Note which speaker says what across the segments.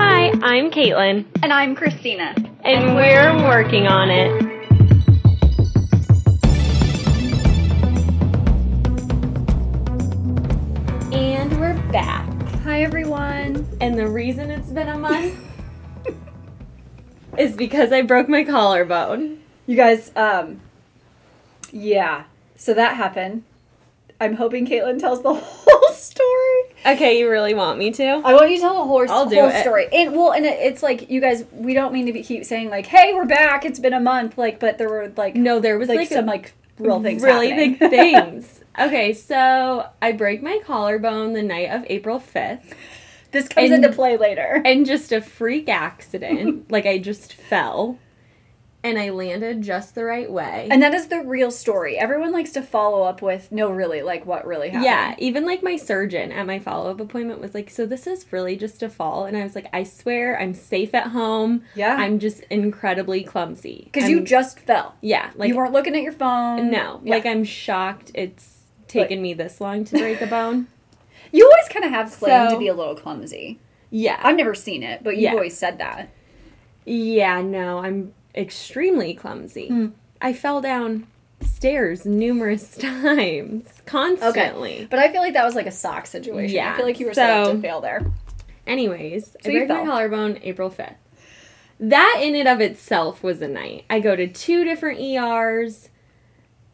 Speaker 1: I'm Caitlin,
Speaker 2: And I'm Christina.
Speaker 1: and we're working on it. And we're back.
Speaker 2: Hi, everyone.
Speaker 1: And the reason it's been a month is because I broke my collarbone.
Speaker 2: You guys, um, yeah. So that happened. I'm hoping Caitlin tells the whole story.
Speaker 1: Okay, you really want me to?
Speaker 2: I want you to tell the whole,
Speaker 1: I'll do
Speaker 2: whole
Speaker 1: it.
Speaker 2: story. And well, and it, it's like you guys, we don't mean to be, keep saying like, "Hey, we're back. It's been a month." Like, but there were like,
Speaker 1: No, there was
Speaker 2: like,
Speaker 1: like a-
Speaker 2: some like real things,
Speaker 1: really
Speaker 2: happening.
Speaker 1: big things. Okay, so I break my collarbone the night of April 5th.
Speaker 2: this comes
Speaker 1: And-
Speaker 2: into play later.
Speaker 1: and just a freak accident. like I just fell and I landed just the right way.
Speaker 2: And that is the real story. Everyone likes to follow up with, "No, really, like what really happened?"
Speaker 1: yeah, even like my surgeon at my follow up appointment was like, So this is really just a fall. And I was like, I swear I'm safe at home.
Speaker 2: Yeah.
Speaker 1: I'm just incredibly clumsy.
Speaker 2: because you
Speaker 1: I'm-
Speaker 2: just fell.
Speaker 1: Yeah. Like,
Speaker 2: you weren't looking at your phone.
Speaker 1: no.
Speaker 2: Yeah.
Speaker 1: Like, I'm shocked it's taken me this long to break a bone.
Speaker 2: You always kind of have claimed
Speaker 1: So-
Speaker 2: to be a little clumsy.
Speaker 1: Yeah.
Speaker 2: I've never seen it, but you've
Speaker 1: Yeah.
Speaker 2: always said that.
Speaker 1: Yeah, no, I'm extremely clumsy.
Speaker 2: Hmm.
Speaker 1: I fell down stairs numerous times, constantly.
Speaker 2: But I feel like that was like a sock situation.
Speaker 1: Yeah.
Speaker 2: I feel like you were
Speaker 1: So-
Speaker 2: set up to fail there.
Speaker 1: Anyways, I
Speaker 2: you
Speaker 1: broke my
Speaker 2: fell.
Speaker 1: collarbone April 5th. That in and of itself was a night. I go to two different ERs.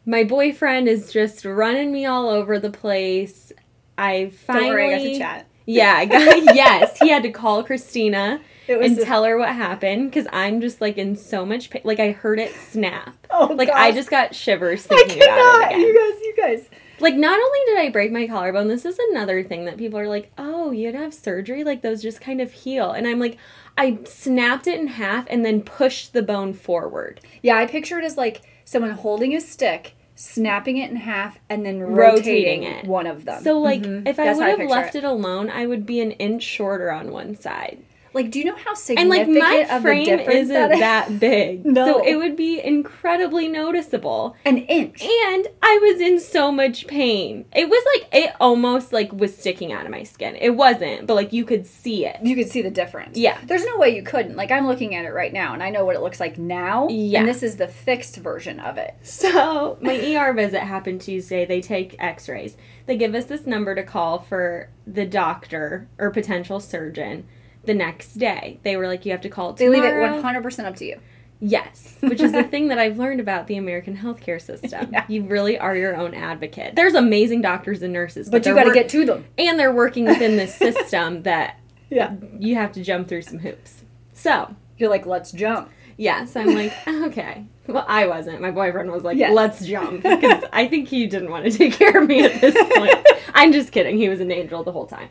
Speaker 1: My boyfriend is just running me all over the place. I finally
Speaker 2: Don't worry, I got to chat.
Speaker 1: Yeah, I got, yes, he had to call Christina
Speaker 2: It was
Speaker 1: and
Speaker 2: a-
Speaker 1: tell her what happened because I'm just like in so much pain. Like I heard it snap.
Speaker 2: Oh,
Speaker 1: like I
Speaker 2: gosh.
Speaker 1: just got shivers
Speaker 2: I
Speaker 1: thinking about it
Speaker 2: cannot.
Speaker 1: again.
Speaker 2: You guys, you guys.
Speaker 1: Like, not only did I break my collarbone, this is another thing that people are like, oh, you'd have surgery? Like, those just kind of heal. And I'm like, I snapped it in half and then pushed the bone forward.
Speaker 2: Yeah, I picture it as like someone holding a stick, snapping it in half, and then
Speaker 1: Rotating
Speaker 2: rotating,
Speaker 1: it.
Speaker 2: one of them.
Speaker 1: So, like, if I
Speaker 2: Mm-hmm. That's
Speaker 1: would
Speaker 2: how I
Speaker 1: have
Speaker 2: picture
Speaker 1: left
Speaker 2: it.
Speaker 1: it. alone, I would be an inch shorter on one side.
Speaker 2: like, do you know how
Speaker 1: And, like,
Speaker 2: significant
Speaker 1: my
Speaker 2: of a
Speaker 1: frame
Speaker 2: difference
Speaker 1: isn't
Speaker 2: that is?
Speaker 1: that big. So,
Speaker 2: No.
Speaker 1: it would be incredibly noticeable.
Speaker 2: An inch.
Speaker 1: And I was in so much pain. It was like, it almost, like, was sticking out of my skin. It wasn't, but, like, you could see it.
Speaker 2: you could see the difference.
Speaker 1: Yeah.
Speaker 2: There's no way you couldn't. Like I'm looking at it right now and I know what it looks like now.
Speaker 1: Yeah.
Speaker 2: And this is the fixed version of it.
Speaker 1: So my ER visit happened Tuesday. They take X-rays. They give us this number to call for the doctor or potential surgeon the next day. They were like, "You have to call
Speaker 2: They
Speaker 1: tomorrow."
Speaker 2: leave it one hundred percent up to you.
Speaker 1: Yes, which is the thing that I've learned about the American healthcare system.
Speaker 2: Yeah.
Speaker 1: You really are your own advocate. There's amazing doctors and nurses,
Speaker 2: But you
Speaker 1: they're
Speaker 2: gotta
Speaker 1: wor-
Speaker 2: get to them.
Speaker 1: and they're working within this system that
Speaker 2: Yeah.
Speaker 1: you have to jump through some hoops. So
Speaker 2: You're like, let's jump.
Speaker 1: Yeah, so I'm like, okay. Well, I wasn't. My boyfriend was like,
Speaker 2: Yeah.
Speaker 1: let's jump. Because I think he didn't want to take care of me at this point. I'm just kidding. He was an angel the whole time.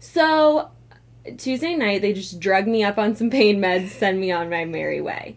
Speaker 1: So Tuesday night, they just drug me up on some pain meds, send me on my merry way.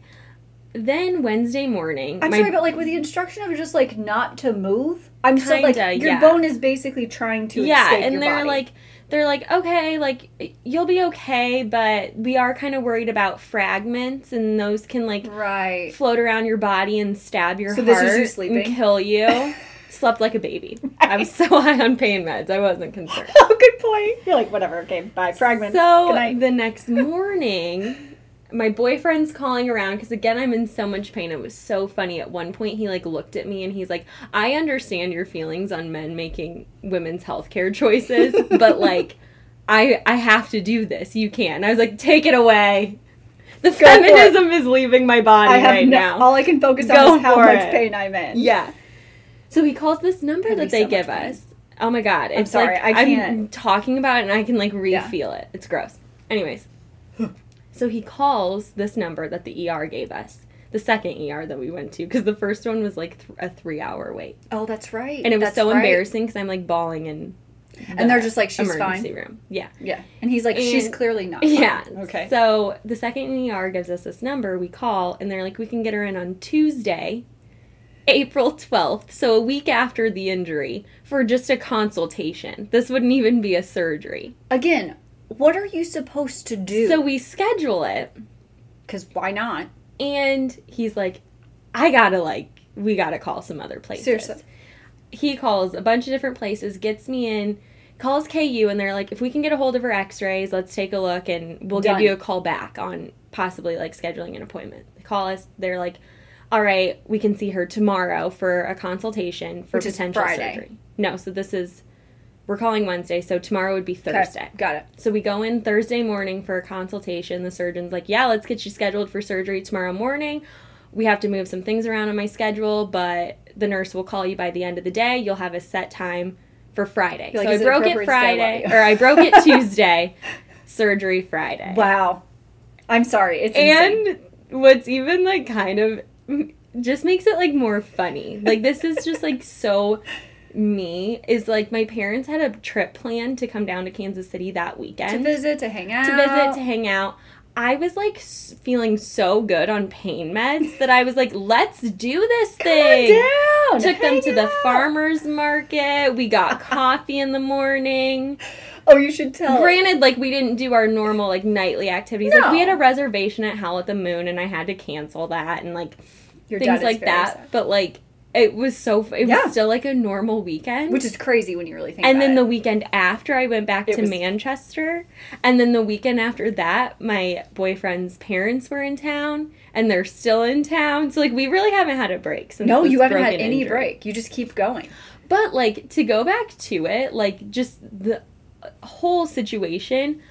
Speaker 1: Then Wednesday morning,
Speaker 2: I'm
Speaker 1: my-
Speaker 2: sorry, but like with the instruction of just like not to move, I'm still like
Speaker 1: Kinda,
Speaker 2: your
Speaker 1: yeah.
Speaker 2: bone is basically trying to
Speaker 1: yeah,
Speaker 2: escape
Speaker 1: and
Speaker 2: your
Speaker 1: they're
Speaker 2: body.
Speaker 1: like, they're like, okay, like you'll be okay, but we are kind of worried about fragments, and those can like
Speaker 2: right.
Speaker 1: float around your body and stab your
Speaker 2: So
Speaker 1: heart
Speaker 2: this was you sleeping?
Speaker 1: and kill you. Slept like a baby. I was so high on pain meds, I wasn't concerned.
Speaker 2: Oh, good point. You're like, whatever. Okay, bye. Fragments.
Speaker 1: So
Speaker 2: Good night.
Speaker 1: the next morning, my boyfriend's calling around because again I'm in so much pain. It was so funny. At one point, he like looked at me and he's like, "I understand your feelings on men making women's healthcare choices, but like, I I have to do this. You can't." And I was like, "Take it away." The
Speaker 2: for it.
Speaker 1: feminism is leaving my body
Speaker 2: I have
Speaker 1: right
Speaker 2: no-
Speaker 1: now.
Speaker 2: all I can focus
Speaker 1: Go
Speaker 2: on is how
Speaker 1: for
Speaker 2: much
Speaker 1: it.
Speaker 2: pain I'm in.
Speaker 1: Yeah. So he calls this number
Speaker 2: That'd
Speaker 1: that
Speaker 2: be
Speaker 1: they
Speaker 2: so
Speaker 1: give
Speaker 2: much fun.
Speaker 1: us. Oh my god! It's
Speaker 2: sorry,
Speaker 1: like
Speaker 2: I
Speaker 1: am
Speaker 2: can't.
Speaker 1: talking about it and I can like
Speaker 2: Yeah.
Speaker 1: re-feel it. It's gross. Anyways, so he calls this number that the ER gave us, the second ER that we went to, because the first one was like th- a three-hour wait,
Speaker 2: Oh, that's right.
Speaker 1: and it was
Speaker 2: That's
Speaker 1: so
Speaker 2: right.
Speaker 1: embarrassing because I'm like bawling in
Speaker 2: And they're just like, she's fine.
Speaker 1: emergency room. Yeah.
Speaker 2: Yeah. And he's like, she's
Speaker 1: And-
Speaker 2: clearly not.
Speaker 1: Yeah.
Speaker 2: Okay.
Speaker 1: So the second ER gives us this number. We call, and they're like, we can get her in on Tuesday, April 12th, so a week after the injury, for just a consultation. This wouldn't even be a surgery.
Speaker 2: Again, what are you supposed to do?
Speaker 1: So we schedule it,
Speaker 2: because why not?
Speaker 1: and he's like, I gotta, like, we gotta call some other places.
Speaker 2: Seriously.
Speaker 1: He calls a bunch of different places, gets me in, calls KU and they're like, if we can get a hold of her x rays, let's take a look and we'll
Speaker 2: Done.
Speaker 1: give you a call back on possibly like scheduling an appointment. They call us, they're like, all right, we can see her tomorrow for a consultation for
Speaker 2: Which is
Speaker 1: potential
Speaker 2: Friday.
Speaker 1: surgery. No, so this is, we're calling Wednesday, so tomorrow would be
Speaker 2: Okay,
Speaker 1: Thursday.
Speaker 2: Got it.
Speaker 1: So we go in Thursday morning for a consultation. The surgeon's like, "Yeah, let's get you scheduled for surgery tomorrow morning. We have to move some things around on my schedule, but the nurse will call you by the end of the day. You'll have a set time for Friday."
Speaker 2: You're like,
Speaker 1: so I
Speaker 2: "Is it
Speaker 1: broke
Speaker 2: appropriate
Speaker 1: it
Speaker 2: to say
Speaker 1: Friday,
Speaker 2: what?"
Speaker 1: or I broke it Tuesday. surgery Friday.
Speaker 2: Wow. I'm sorry. It's insane.
Speaker 1: And what's even like kind of just makes it like more funny. Like this is just like so me is like my parents had a trip planned to come down to Kansas City that
Speaker 2: to
Speaker 1: weekend
Speaker 2: visit, to hang out,
Speaker 1: to visit, to hang out. I was like s- feeling so good on pain meds that I was like, let's do this thing.
Speaker 2: Come down,
Speaker 1: Took them
Speaker 2: hang
Speaker 1: to the
Speaker 2: out.
Speaker 1: farmer's market. We got coffee in the morning.
Speaker 2: Oh, you should tell.
Speaker 1: Granted, like, we didn't do our normal, like, nightly activities. Like, we
Speaker 2: No.
Speaker 1: had a reservation at Howl at the Moon, and I had to cancel that and, like,
Speaker 2: Your dad
Speaker 1: things
Speaker 2: is
Speaker 1: like
Speaker 2: very
Speaker 1: that.
Speaker 2: sad.
Speaker 1: But, like, it was so, f- it
Speaker 2: Yeah.
Speaker 1: was still, like, a normal weekend.
Speaker 2: which is crazy when you really think.
Speaker 1: And
Speaker 2: about
Speaker 1: then
Speaker 2: it.
Speaker 1: the weekend after, I went back
Speaker 2: It
Speaker 1: to
Speaker 2: was-
Speaker 1: Manchester. And then the weekend after that, my boyfriend's parents were in town, and they're still in town. So like, we really haven't had a break since.
Speaker 2: no,
Speaker 1: this
Speaker 2: you haven't had
Speaker 1: broken
Speaker 2: any
Speaker 1: injury.
Speaker 2: break. You just keep going.
Speaker 1: But like to go back to it, like just the whole situation,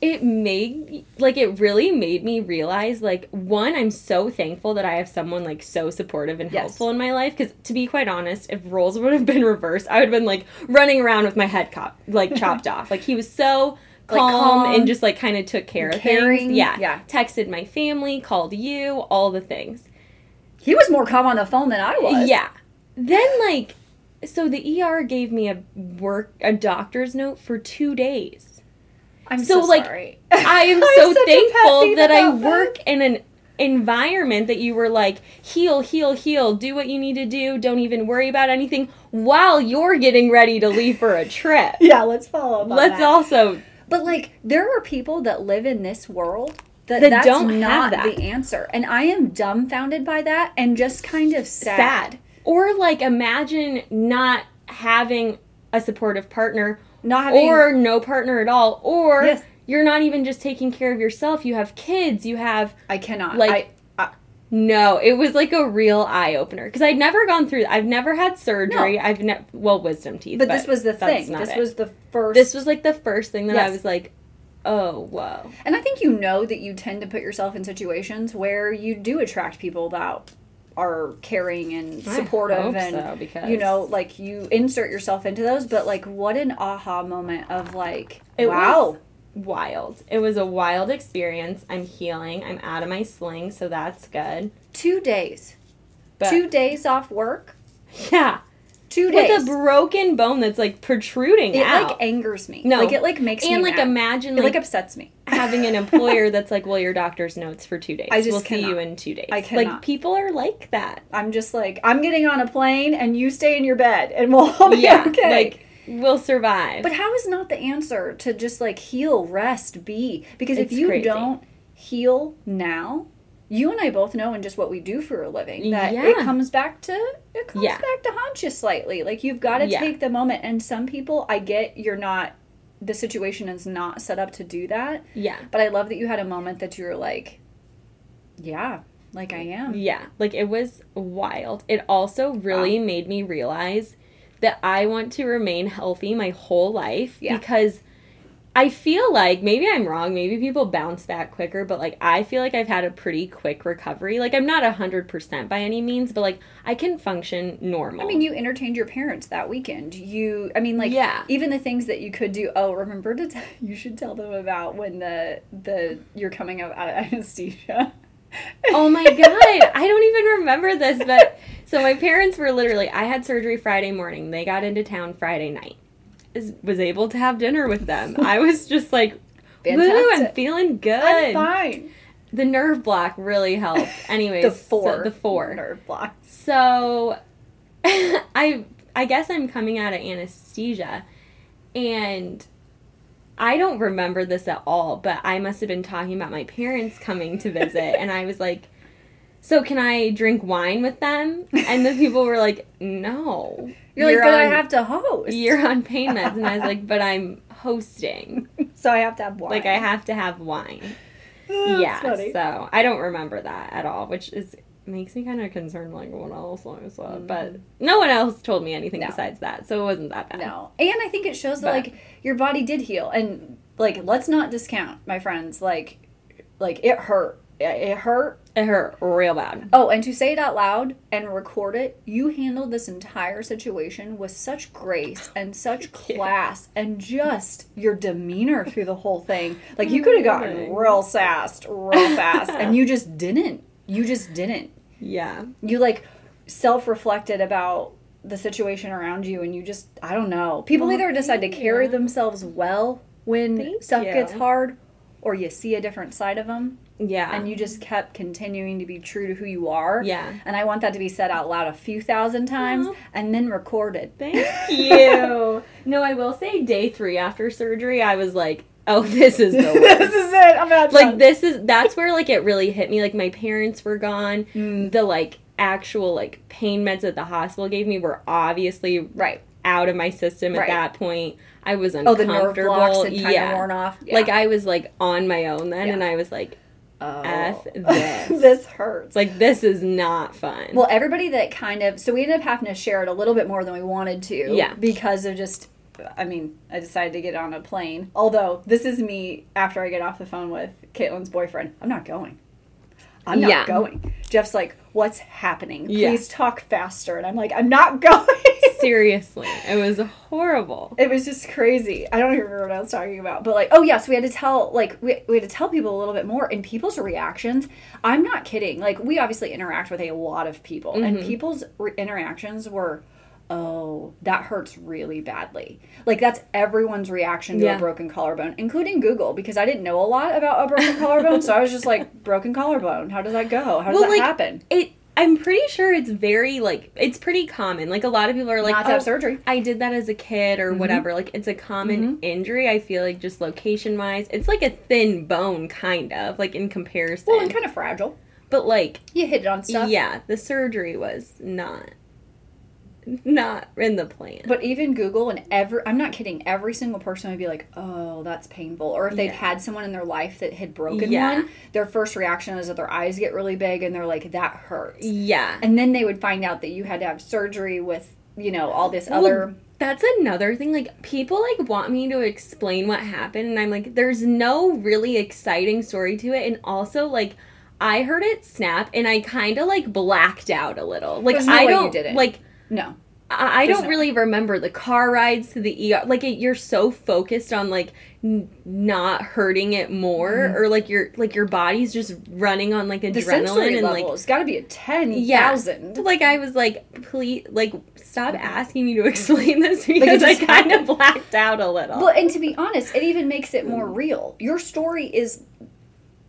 Speaker 1: it made like it really made me realize like one, I'm so thankful that I have someone like so supportive and
Speaker 2: Yes.
Speaker 1: helpful in my life. Because to be quite honest, if roles would have been reversed, I would have been like running around with my head cop like chopped off. Like he was so.
Speaker 2: Like,
Speaker 1: Calm,
Speaker 2: calm
Speaker 1: and just like kind of took care of
Speaker 2: caring.
Speaker 1: things. Yeah.
Speaker 2: Yeah.
Speaker 1: Texted my family, called you, all the things.
Speaker 2: He was more calm on the phone than I was.
Speaker 1: Yeah. Then like so the ER gave me a work a doctor's note for 2 days.
Speaker 2: I'm so,
Speaker 1: So, like,
Speaker 2: sorry.
Speaker 1: I am
Speaker 2: I'm
Speaker 1: so
Speaker 2: such a pet
Speaker 1: thankful
Speaker 2: peeve
Speaker 1: that I
Speaker 2: about this.
Speaker 1: work in an environment that you were like heal heal heal do what you need to do don't even worry about anything while you're getting ready to leave for a trip.
Speaker 2: Yeah, let's follow up. on
Speaker 1: Let's
Speaker 2: that.
Speaker 1: also
Speaker 2: But like, there are people that live in this world that,
Speaker 1: That
Speaker 2: that's
Speaker 1: don't
Speaker 2: not
Speaker 1: have that.
Speaker 2: the answer, and I am dumbfounded by that and just kind of sad.
Speaker 1: sad. Or like imagine not having a supportive partner
Speaker 2: Not having
Speaker 1: or no partner at all or
Speaker 2: Yes.
Speaker 1: you're not even just taking care of yourself you have kids you have
Speaker 2: I cannot
Speaker 1: like-
Speaker 2: I, I,
Speaker 1: no it was like a real eye opener because i'd never gone through i've never had surgery
Speaker 2: No.
Speaker 1: i've never well wisdom teeth
Speaker 2: but, this was the
Speaker 1: that's
Speaker 2: thing.
Speaker 1: not
Speaker 2: This
Speaker 1: it.
Speaker 2: was the first.
Speaker 1: this was like the first thing that i
Speaker 2: Yes.
Speaker 1: was like oh whoa
Speaker 2: And I think you know that you tend to put yourself in situations where you do attract people that are caring and
Speaker 1: I
Speaker 2: supportive
Speaker 1: hope
Speaker 2: and
Speaker 1: so, because-
Speaker 2: you know like you insert yourself into those but like what an aha moment of like
Speaker 1: It
Speaker 2: wow
Speaker 1: wild it was a wild experience i'm healing i'm out of my sling so that's good
Speaker 2: two days
Speaker 1: but
Speaker 2: two days off work
Speaker 1: yeah
Speaker 2: two
Speaker 1: with
Speaker 2: days
Speaker 1: a broken bone that's like protruding
Speaker 2: it
Speaker 1: out
Speaker 2: like angers me
Speaker 1: No.
Speaker 2: like it like makes
Speaker 1: and
Speaker 2: me
Speaker 1: like
Speaker 2: mad.
Speaker 1: imagine
Speaker 2: it
Speaker 1: like,
Speaker 2: like upsets me
Speaker 1: having an employer that's like, well, your doctor's notes for two days.
Speaker 2: I just
Speaker 1: we'll see
Speaker 2: cannot.
Speaker 1: you in two days.
Speaker 2: I cannot.
Speaker 1: Like people are like that.
Speaker 2: i'm just like i'm getting on a plane and you stay in your bed and we'll all be
Speaker 1: yeah,
Speaker 2: okay
Speaker 1: like we'll survive.
Speaker 2: But how is not the answer to just like heal, rest, be? Because if
Speaker 1: It's
Speaker 2: you
Speaker 1: crazy.
Speaker 2: don't heal now, you and I both know, and just what we do for a living, that it
Speaker 1: Yeah.
Speaker 2: comes back to it comes
Speaker 1: Yeah.
Speaker 2: back to haunt you slightly. Like you've got to
Speaker 1: Yeah.
Speaker 2: take the moment. And some people, I get you're not the situation is not set up to do that,
Speaker 1: yeah,
Speaker 2: but I love that you had a moment that you were like, yeah, like I am.
Speaker 1: yeah, like it was wild. It also really made me realize that I want to remain healthy my whole life
Speaker 2: Yeah.
Speaker 1: because. I feel like maybe I'm wrong, maybe people bounce back quicker, but like I feel like I've had a pretty quick recovery. Like I'm not 100% by any means, but like I can function normal.
Speaker 2: I mean, you entertained your parents that weekend. You, I mean, like,
Speaker 1: Yeah.
Speaker 2: even the things that you could do. Oh, remember to tell, you should tell them about when the the you're coming up out of anesthesia.
Speaker 1: Oh my god, I don't even remember this, but so my parents were literally I had surgery Friday morning. They got into town Friday night. Is- Was able to have dinner with them. I was just like, woo, I'm
Speaker 2: Fantastic.
Speaker 1: feeling
Speaker 2: I'm
Speaker 1: good.
Speaker 2: fine.
Speaker 1: the nerve block really helped. Anyways,
Speaker 2: The
Speaker 1: so-
Speaker 2: four,
Speaker 1: the four.
Speaker 2: nerve blocks.
Speaker 1: So I I guess I'm coming out of anesthesia and I don't remember this at all, but I must have been talking about my parents coming to visit and I was like so can I drink wine with them? And the people were like, no.
Speaker 2: You're, like, but I
Speaker 1: on-
Speaker 2: have to host.
Speaker 1: You're on pain meds. And I was like, but I'm hosting.
Speaker 2: so I have to have wine.
Speaker 1: Like, I have to have wine.
Speaker 2: Ah, That's
Speaker 1: yeah.
Speaker 2: funny.
Speaker 1: So I don't remember that at all, which is makes me kind of concerned, like, what else was that? But no one else told me anything
Speaker 2: Mm. No.
Speaker 1: besides that. So it wasn't that bad.
Speaker 2: No. And I think it shows that
Speaker 1: But-
Speaker 2: like your body did heal and like let's not discount my friends like like it hurt. It- It hurt.
Speaker 1: It hurt real bad.
Speaker 2: Oh, and to say it out loud and record it, you handled this entire situation with such grace and such class and just your demeanor through the whole thing. Like you could have gotten
Speaker 1: Thanks.
Speaker 2: real sassed real fast and you just didn't. You just didn't.
Speaker 1: Yeah.
Speaker 2: you like self-reflected about the situation around you and you just i don't know people
Speaker 1: Well,
Speaker 2: either decide to
Speaker 1: thank
Speaker 2: carry
Speaker 1: you.
Speaker 2: themselves well when
Speaker 1: Thank
Speaker 2: stuff
Speaker 1: you.
Speaker 2: gets hard or you see a different side of them
Speaker 1: Yeah.
Speaker 2: and you just kept continuing to be true to who you are
Speaker 1: Yeah.
Speaker 2: and i want that to be said out loud a few thousand times
Speaker 1: Aw.
Speaker 2: and then recorded
Speaker 1: Thank you. no, I will say day three after surgery, I was like, oh, this is the worst.
Speaker 2: this is it i'm not
Speaker 1: like this is that's where like it really hit me like my parents were gone
Speaker 2: Mm.
Speaker 1: the like actual like pain meds that the hospital gave me were obviously
Speaker 2: right
Speaker 1: out of my system at
Speaker 2: Right.
Speaker 1: that point i was
Speaker 2: oh the
Speaker 1: uncomfortable
Speaker 2: nerve blocks had kind
Speaker 1: yeah
Speaker 2: of worn off
Speaker 1: like i was like on my own then
Speaker 2: Yeah.
Speaker 1: and i was like
Speaker 2: oh.
Speaker 1: F this.
Speaker 2: this hurts
Speaker 1: it's like this is not fun
Speaker 2: Well, everybody that kind of so we ended up having to share it a little bit more than we wanted to.
Speaker 1: Yeah.
Speaker 2: Because of just I mean, I decided to get on a plane. Although this is me after I get off the phone with Caitlin's boyfriend. I'm not going. I'm not
Speaker 1: Yeah.
Speaker 2: going. Jeff's like, What's happening?
Speaker 1: Yeah.
Speaker 2: Please talk faster. And I'm like, I'm not going.
Speaker 1: seriously it was horrible
Speaker 2: It was just crazy. I don't even remember what I was talking about, but like, oh yes, we had to tell like we, we had to tell people a little bit more and people's reactions. I'm not kidding. Like we obviously interact with a lot of people,
Speaker 1: Mm-hmm.
Speaker 2: and people's re- interactions were, oh, that hurts really badly. Like that's everyone's reaction to
Speaker 1: Yeah.
Speaker 2: a broken collarbone, including Google, because I didn't know a lot about a broken collarbone, so I was just like, broken collarbone. How does that go? How does that
Speaker 1: like
Speaker 2: happen?
Speaker 1: it i'm pretty sure it's very like it's pretty common like a lot of people are like
Speaker 2: Not to have
Speaker 1: "Oh,
Speaker 2: surgery.
Speaker 1: I did that as a kid or
Speaker 2: Mm-hmm.
Speaker 1: whatever. Like it's a common injury. I feel like just location wise, it's like a thin bone, kind of like in comparison.
Speaker 2: Well, and kind of fragile.
Speaker 1: but like,
Speaker 2: You hit it on stuff.
Speaker 1: yeah, the surgery was not not in the plan.
Speaker 2: But even Google and every, I'm not kidding, every single person would be like, oh, that's painful. Or if they'd
Speaker 1: Yeah.
Speaker 2: had someone in their life that had broken
Speaker 1: Yeah.
Speaker 2: one, their first reaction is that their eyes get really big and they're like, that hurts.
Speaker 1: yeah,
Speaker 2: And then they would find out that you had to have surgery with, you know, all this
Speaker 1: Well,
Speaker 2: other.
Speaker 1: that's another thing. Like people like want me to explain what happened, and I'm like, there's no really exciting story to it, and also like. I heard it snap and I kind of like blacked out a little. Like
Speaker 2: There's no
Speaker 1: I
Speaker 2: way you
Speaker 1: don't
Speaker 2: did it.
Speaker 1: like
Speaker 2: No.
Speaker 1: I, I
Speaker 2: There's
Speaker 1: don't
Speaker 2: no-
Speaker 1: really remember the car rides to the ER. Like it, you're so focused on like n- not hurting it more, or like your like your body's just running on like
Speaker 2: Mm-hmm. The
Speaker 1: adrenaline
Speaker 2: sensory
Speaker 1: and
Speaker 2: level
Speaker 1: like
Speaker 2: has got to be a 10,000.
Speaker 1: Like I was like, please, like stop asking me to explain this
Speaker 2: Mm-hmm. it
Speaker 1: because I
Speaker 2: just
Speaker 1: kind of blacked out a little.
Speaker 2: Well, and to be honest, it even makes it
Speaker 1: Hmm.
Speaker 2: more real. Your story is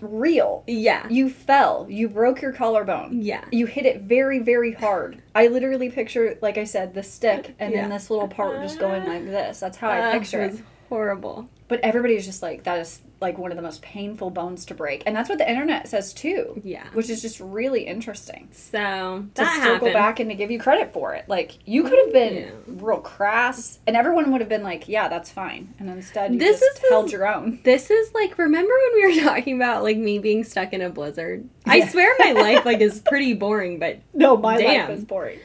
Speaker 2: real.
Speaker 1: yeah,
Speaker 2: You fell. You broke your collarbone.
Speaker 1: Yeah.
Speaker 2: You hit it very, very hard. I literally picture, like I said, the stick and then
Speaker 1: Yeah.
Speaker 2: this little part just going like this. That's how I
Speaker 1: Uh,
Speaker 2: picture
Speaker 1: it
Speaker 2: it.
Speaker 1: was horrible.
Speaker 2: But everybody's just like, that is like one of the most painful bones to break. And that's what the internet says too.
Speaker 1: Yeah.
Speaker 2: Which is just really interesting.
Speaker 1: So
Speaker 2: To
Speaker 1: that
Speaker 2: circle
Speaker 1: happened.
Speaker 2: back and to give you credit for it. Like, you could have been
Speaker 1: Yeah.
Speaker 2: real crass and everyone would have been like, yeah, that's fine. And instead, you
Speaker 1: This
Speaker 2: just
Speaker 1: is the-
Speaker 2: held your own.
Speaker 1: This is like remember when we were talking about like me being stuck in a blizzard?
Speaker 2: Yeah.
Speaker 1: I swear my life like is pretty boring, but
Speaker 2: No, my
Speaker 1: Damn.
Speaker 2: life was boring.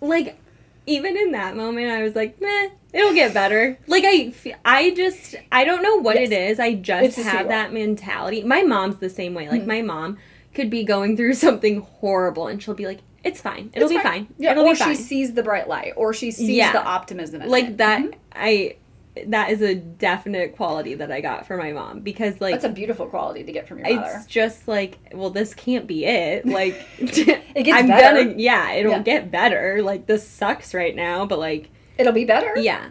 Speaker 1: like even in that moment i was like meh it'll get better like i f- i just i don't know what it is i
Speaker 2: It's Hmm.
Speaker 1: just
Speaker 2: just who you
Speaker 1: have
Speaker 2: are.
Speaker 1: that mentality my mom's the same way like my mom could be going through something horrible and she'll be like it's fine it'll
Speaker 2: It's
Speaker 1: be fine,
Speaker 2: Yeah,
Speaker 1: it'll
Speaker 2: or
Speaker 1: be fine
Speaker 2: she sees the bright light, or she sees
Speaker 1: Yeah.
Speaker 2: the optimism. in
Speaker 1: like
Speaker 2: it.
Speaker 1: that
Speaker 2: Mhm.
Speaker 1: i that is a definite quality that i got from my mom because like
Speaker 2: That's a beautiful quality to get from your mother.
Speaker 1: it's just like well this can't be it like
Speaker 2: It gets
Speaker 1: i'm
Speaker 2: better.
Speaker 1: gonna yeah it'll
Speaker 2: Yeah.
Speaker 1: get better like this sucks right now but like
Speaker 2: It'll be better.
Speaker 1: yeah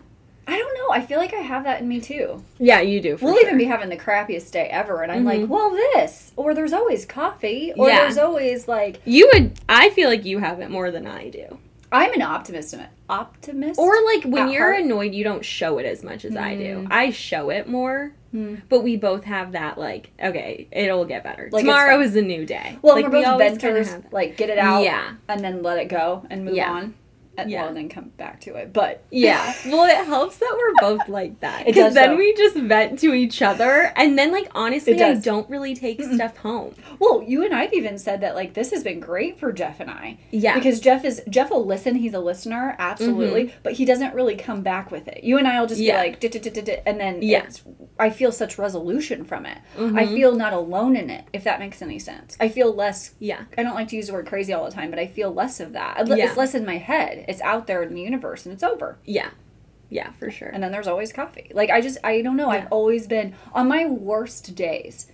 Speaker 2: I don't know. I feel like I have that in me too.
Speaker 1: Yeah, you do. For
Speaker 2: we'll
Speaker 1: sure. Mm-hmm.
Speaker 2: even be having the crappiest day ever, and I'm like, well, this, or there's always coffee, or
Speaker 1: Yeah.
Speaker 2: there's always like,
Speaker 1: You would. I feel like you have it more than I do.
Speaker 2: I'm an optimist. Optimist.
Speaker 1: Or like when
Speaker 2: At
Speaker 1: you're
Speaker 2: heart.
Speaker 1: Mm. annoyed, you don't show it as much as I do. I show it more. But we both have that like, okay, it'll get better.
Speaker 2: Like, it's
Speaker 1: Tomorrow
Speaker 2: fine.
Speaker 1: is a new day.
Speaker 2: Well,
Speaker 1: like,
Speaker 2: we're both
Speaker 1: always kinda
Speaker 2: venters.
Speaker 1: have that.
Speaker 2: Like, get it out,
Speaker 1: Yeah.
Speaker 2: and then let it go and move
Speaker 1: Yeah.
Speaker 2: on. And,
Speaker 1: Yeah.
Speaker 2: Well, then come back to it. But
Speaker 1: Yeah. Well, it helps that we're both like that.
Speaker 2: It
Speaker 1: Because
Speaker 2: does,
Speaker 1: then
Speaker 2: though.
Speaker 1: we just vent to each other. And then, like, honestly,
Speaker 2: It
Speaker 1: I
Speaker 2: does.
Speaker 1: don't really take stuff home.
Speaker 2: well, you and I've even said that like this has been great for Jeff and I.
Speaker 1: Yeah. Mm-hmm.
Speaker 2: Because Jeff is Jeff will listen. He's a listener, absolutely, but he doesn't really come back with it. You and I will just
Speaker 1: Yeah.
Speaker 2: be like, "Duh, duh, duh, duh, duh," and then
Speaker 1: Yeah. Mm-hmm.
Speaker 2: it's, I feel such resolution from it. I feel not alone in it. If that makes any sense, I feel less.
Speaker 1: yeah.
Speaker 2: I don't like to use the word crazy all the time, but I feel less of that. It's
Speaker 1: Yeah.
Speaker 2: less in my head. It's out there in the universe, and it's over.
Speaker 1: Yeah. Yeah, for sure.
Speaker 2: and then there's always coffee. Like I just I don't know.
Speaker 1: Yeah.
Speaker 2: I've always been on my worst days,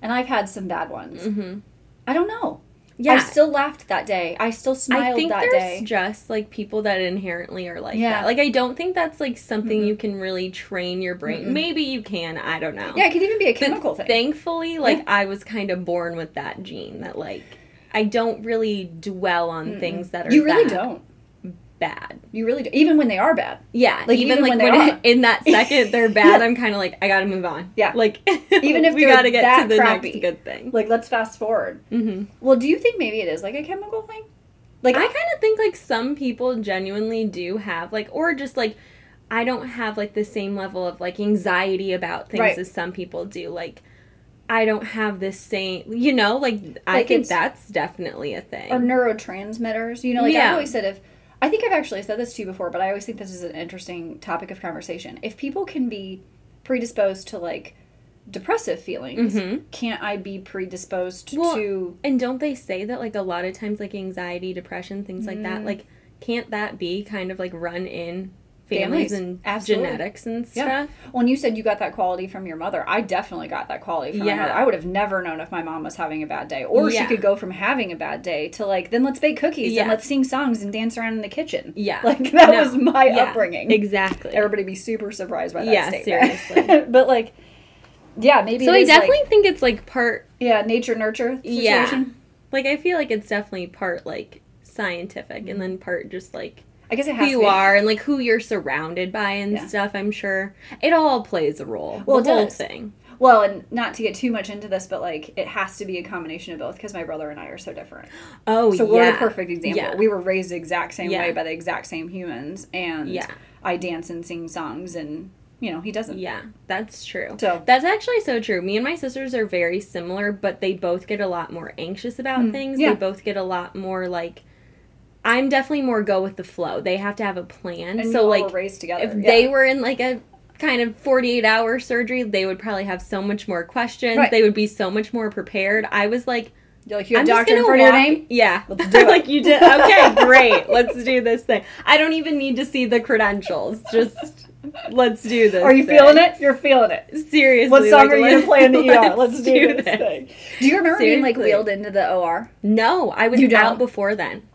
Speaker 2: and I've had some bad ones.
Speaker 1: hmm
Speaker 2: I don't know.
Speaker 1: Yeah.
Speaker 2: I still laughed that day. I still
Speaker 1: I
Speaker 2: smiled
Speaker 1: think
Speaker 2: that
Speaker 1: there's
Speaker 2: day.
Speaker 1: just like people that inherently are like
Speaker 2: Yeah.
Speaker 1: that. Like I don't think that's like something you can really train your brain. Maybe you can, I don't know.
Speaker 2: Yeah, it could even be a
Speaker 1: But
Speaker 2: chemical thing.
Speaker 1: Thankfully, like I was kind of born with that gene that like I don't really dwell on things that are
Speaker 2: You really
Speaker 1: that
Speaker 2: don't.
Speaker 1: bad.
Speaker 2: You really do. Even when they are bad.
Speaker 1: Yeah,
Speaker 2: Like,
Speaker 1: even,
Speaker 2: even
Speaker 1: like
Speaker 2: when
Speaker 1: when,
Speaker 2: they are.
Speaker 1: in that second they're bad,
Speaker 2: Yeah.
Speaker 1: I'm kind of like I gotta move on.
Speaker 2: Yeah.
Speaker 1: like
Speaker 2: Even if
Speaker 1: we
Speaker 2: they're
Speaker 1: gotta get
Speaker 2: that
Speaker 1: to the
Speaker 2: crappy.
Speaker 1: next good thing.
Speaker 2: Like let's fast forward.
Speaker 1: hmm
Speaker 2: Well, do you think maybe it is like a chemical thing? Like
Speaker 1: Like I kind of think like some people genuinely do have like or just like I don't have like the same level of like anxiety about things
Speaker 2: Right.
Speaker 1: as some people do. Like I don't have the same, you know, like I
Speaker 2: Like,
Speaker 1: think
Speaker 2: it's- Um,
Speaker 1: that's definitely a thing.
Speaker 2: or neurotransmitters. You know, like I've
Speaker 1: Yeah.
Speaker 2: always said if I think I've actually said this to you before, but I always think this is an interesting topic of conversation. If people can be predisposed to like depressive feelings,
Speaker 1: Mhm.
Speaker 2: can't I be predisposed
Speaker 1: Well,
Speaker 2: to
Speaker 1: And don't they say that like a lot of times like anxiety, depression, things like that, like can't that be kind of like run in families,
Speaker 2: Mm. Families.
Speaker 1: and
Speaker 2: Absolutely.
Speaker 1: genetics and stuff?
Speaker 2: Yeah. When you said you got that quality from your mother, I definitely got that quality from
Speaker 1: Yeah.
Speaker 2: my mother. I would have never known if my mom was having a bad day. Or
Speaker 1: Yeah.
Speaker 2: she could go from having a bad day to like, then let's bake cookies
Speaker 1: Yeah.
Speaker 2: and let's sing songs and dance around in the kitchen.
Speaker 1: Yeah.
Speaker 2: Like that
Speaker 1: No.
Speaker 2: was my
Speaker 1: Yeah,
Speaker 2: upbringing.
Speaker 1: Exactly.
Speaker 2: everybody be super surprised by that
Speaker 1: Yeah,
Speaker 2: statement.
Speaker 1: seriously.
Speaker 2: but like, yeah, maybe.
Speaker 1: so
Speaker 2: it
Speaker 1: I
Speaker 2: is, like-
Speaker 1: definitely think it's like part
Speaker 2: yeah, nature nurture situation.
Speaker 1: yeah. Like I feel like it's definitely part like scientific and then part just like
Speaker 2: I guess Mm-hmm.
Speaker 1: who
Speaker 2: it has to
Speaker 1: you
Speaker 2: be.
Speaker 1: are and like who you're surrounded by and
Speaker 2: Yeah.
Speaker 1: stuff, I'm sure. It all plays a role.
Speaker 2: Well,
Speaker 1: the
Speaker 2: it
Speaker 1: whole
Speaker 2: does.
Speaker 1: thing.
Speaker 2: Well, and not to get too much into this, but like, it has to be a combination of both because my brother and I are so different.
Speaker 1: Oh
Speaker 2: So
Speaker 1: yeah.
Speaker 2: we're the perfect example.
Speaker 1: Yeah.
Speaker 2: We were raised the exact same
Speaker 1: Yeah.
Speaker 2: way by the exact same humans, and
Speaker 1: Yeah.
Speaker 2: I dance and sing songs, and you know he doesn't.
Speaker 1: Yeah, that's true.
Speaker 2: So-
Speaker 1: that's actually so true. Me and my sisters are very similar, but they both get a lot more anxious about things.
Speaker 2: Mm-hmm. yeah.
Speaker 1: They both get a lot more like I'm definitely more go with the flow. They have to have a plan.
Speaker 2: And
Speaker 1: so
Speaker 2: we all
Speaker 1: like
Speaker 2: were raised together.
Speaker 1: if
Speaker 2: yeah.
Speaker 1: they were in like a kind of 48 hour surgery, they would probably have so much more questions.
Speaker 2: Right.
Speaker 1: They would be so much more prepared. I was like
Speaker 2: You're like you have
Speaker 1: I'm
Speaker 2: doctor in
Speaker 1: just gonna
Speaker 2: front of your
Speaker 1: walk-
Speaker 2: name.
Speaker 1: Yeah.
Speaker 2: Let's do it.
Speaker 1: like you did. Okay, great. Let's do this thing. I don't even need to see the credentials. Just let's do this.
Speaker 2: Are you
Speaker 1: thing.
Speaker 2: feeling it? You're feeling it.
Speaker 1: Seriously.
Speaker 2: What song
Speaker 1: like,
Speaker 2: are you
Speaker 1: let's-
Speaker 2: gonna play in the ER?
Speaker 1: let's
Speaker 2: Let's do,
Speaker 1: do
Speaker 2: this
Speaker 1: this.
Speaker 2: thing. Do you remember being like
Speaker 1: Seriously.
Speaker 2: wheeled into the OR?
Speaker 1: No, I was
Speaker 2: You don't?
Speaker 1: out before then.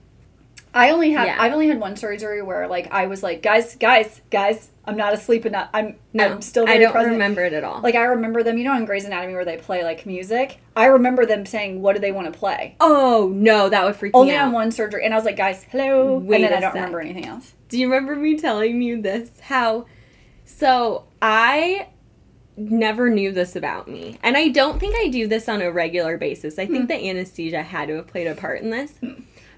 Speaker 2: I only have
Speaker 1: Yeah.
Speaker 2: I've only had one surgery where like I was like guys guys guys I'm not asleep and not, I'm
Speaker 1: No,
Speaker 2: I'm still very
Speaker 1: I don't
Speaker 2: present.
Speaker 1: remember it at all.
Speaker 2: Like I remember them, you know, on Grey's Anatomy where they play like music. I remember them saying, "What do they want to play?"
Speaker 1: oh no, that would freak
Speaker 2: Only
Speaker 1: me
Speaker 2: on
Speaker 1: out.
Speaker 2: one surgery, and I was like, "Guys, hello,"
Speaker 1: Wait
Speaker 2: and then
Speaker 1: a
Speaker 2: I don't
Speaker 1: sec.
Speaker 2: remember anything else.
Speaker 1: Do you remember me telling you this? How? So I never knew this about me, and I don't think I do this on a regular basis. I think
Speaker 2: Hmm.
Speaker 1: the anesthesia had to have played a part in this.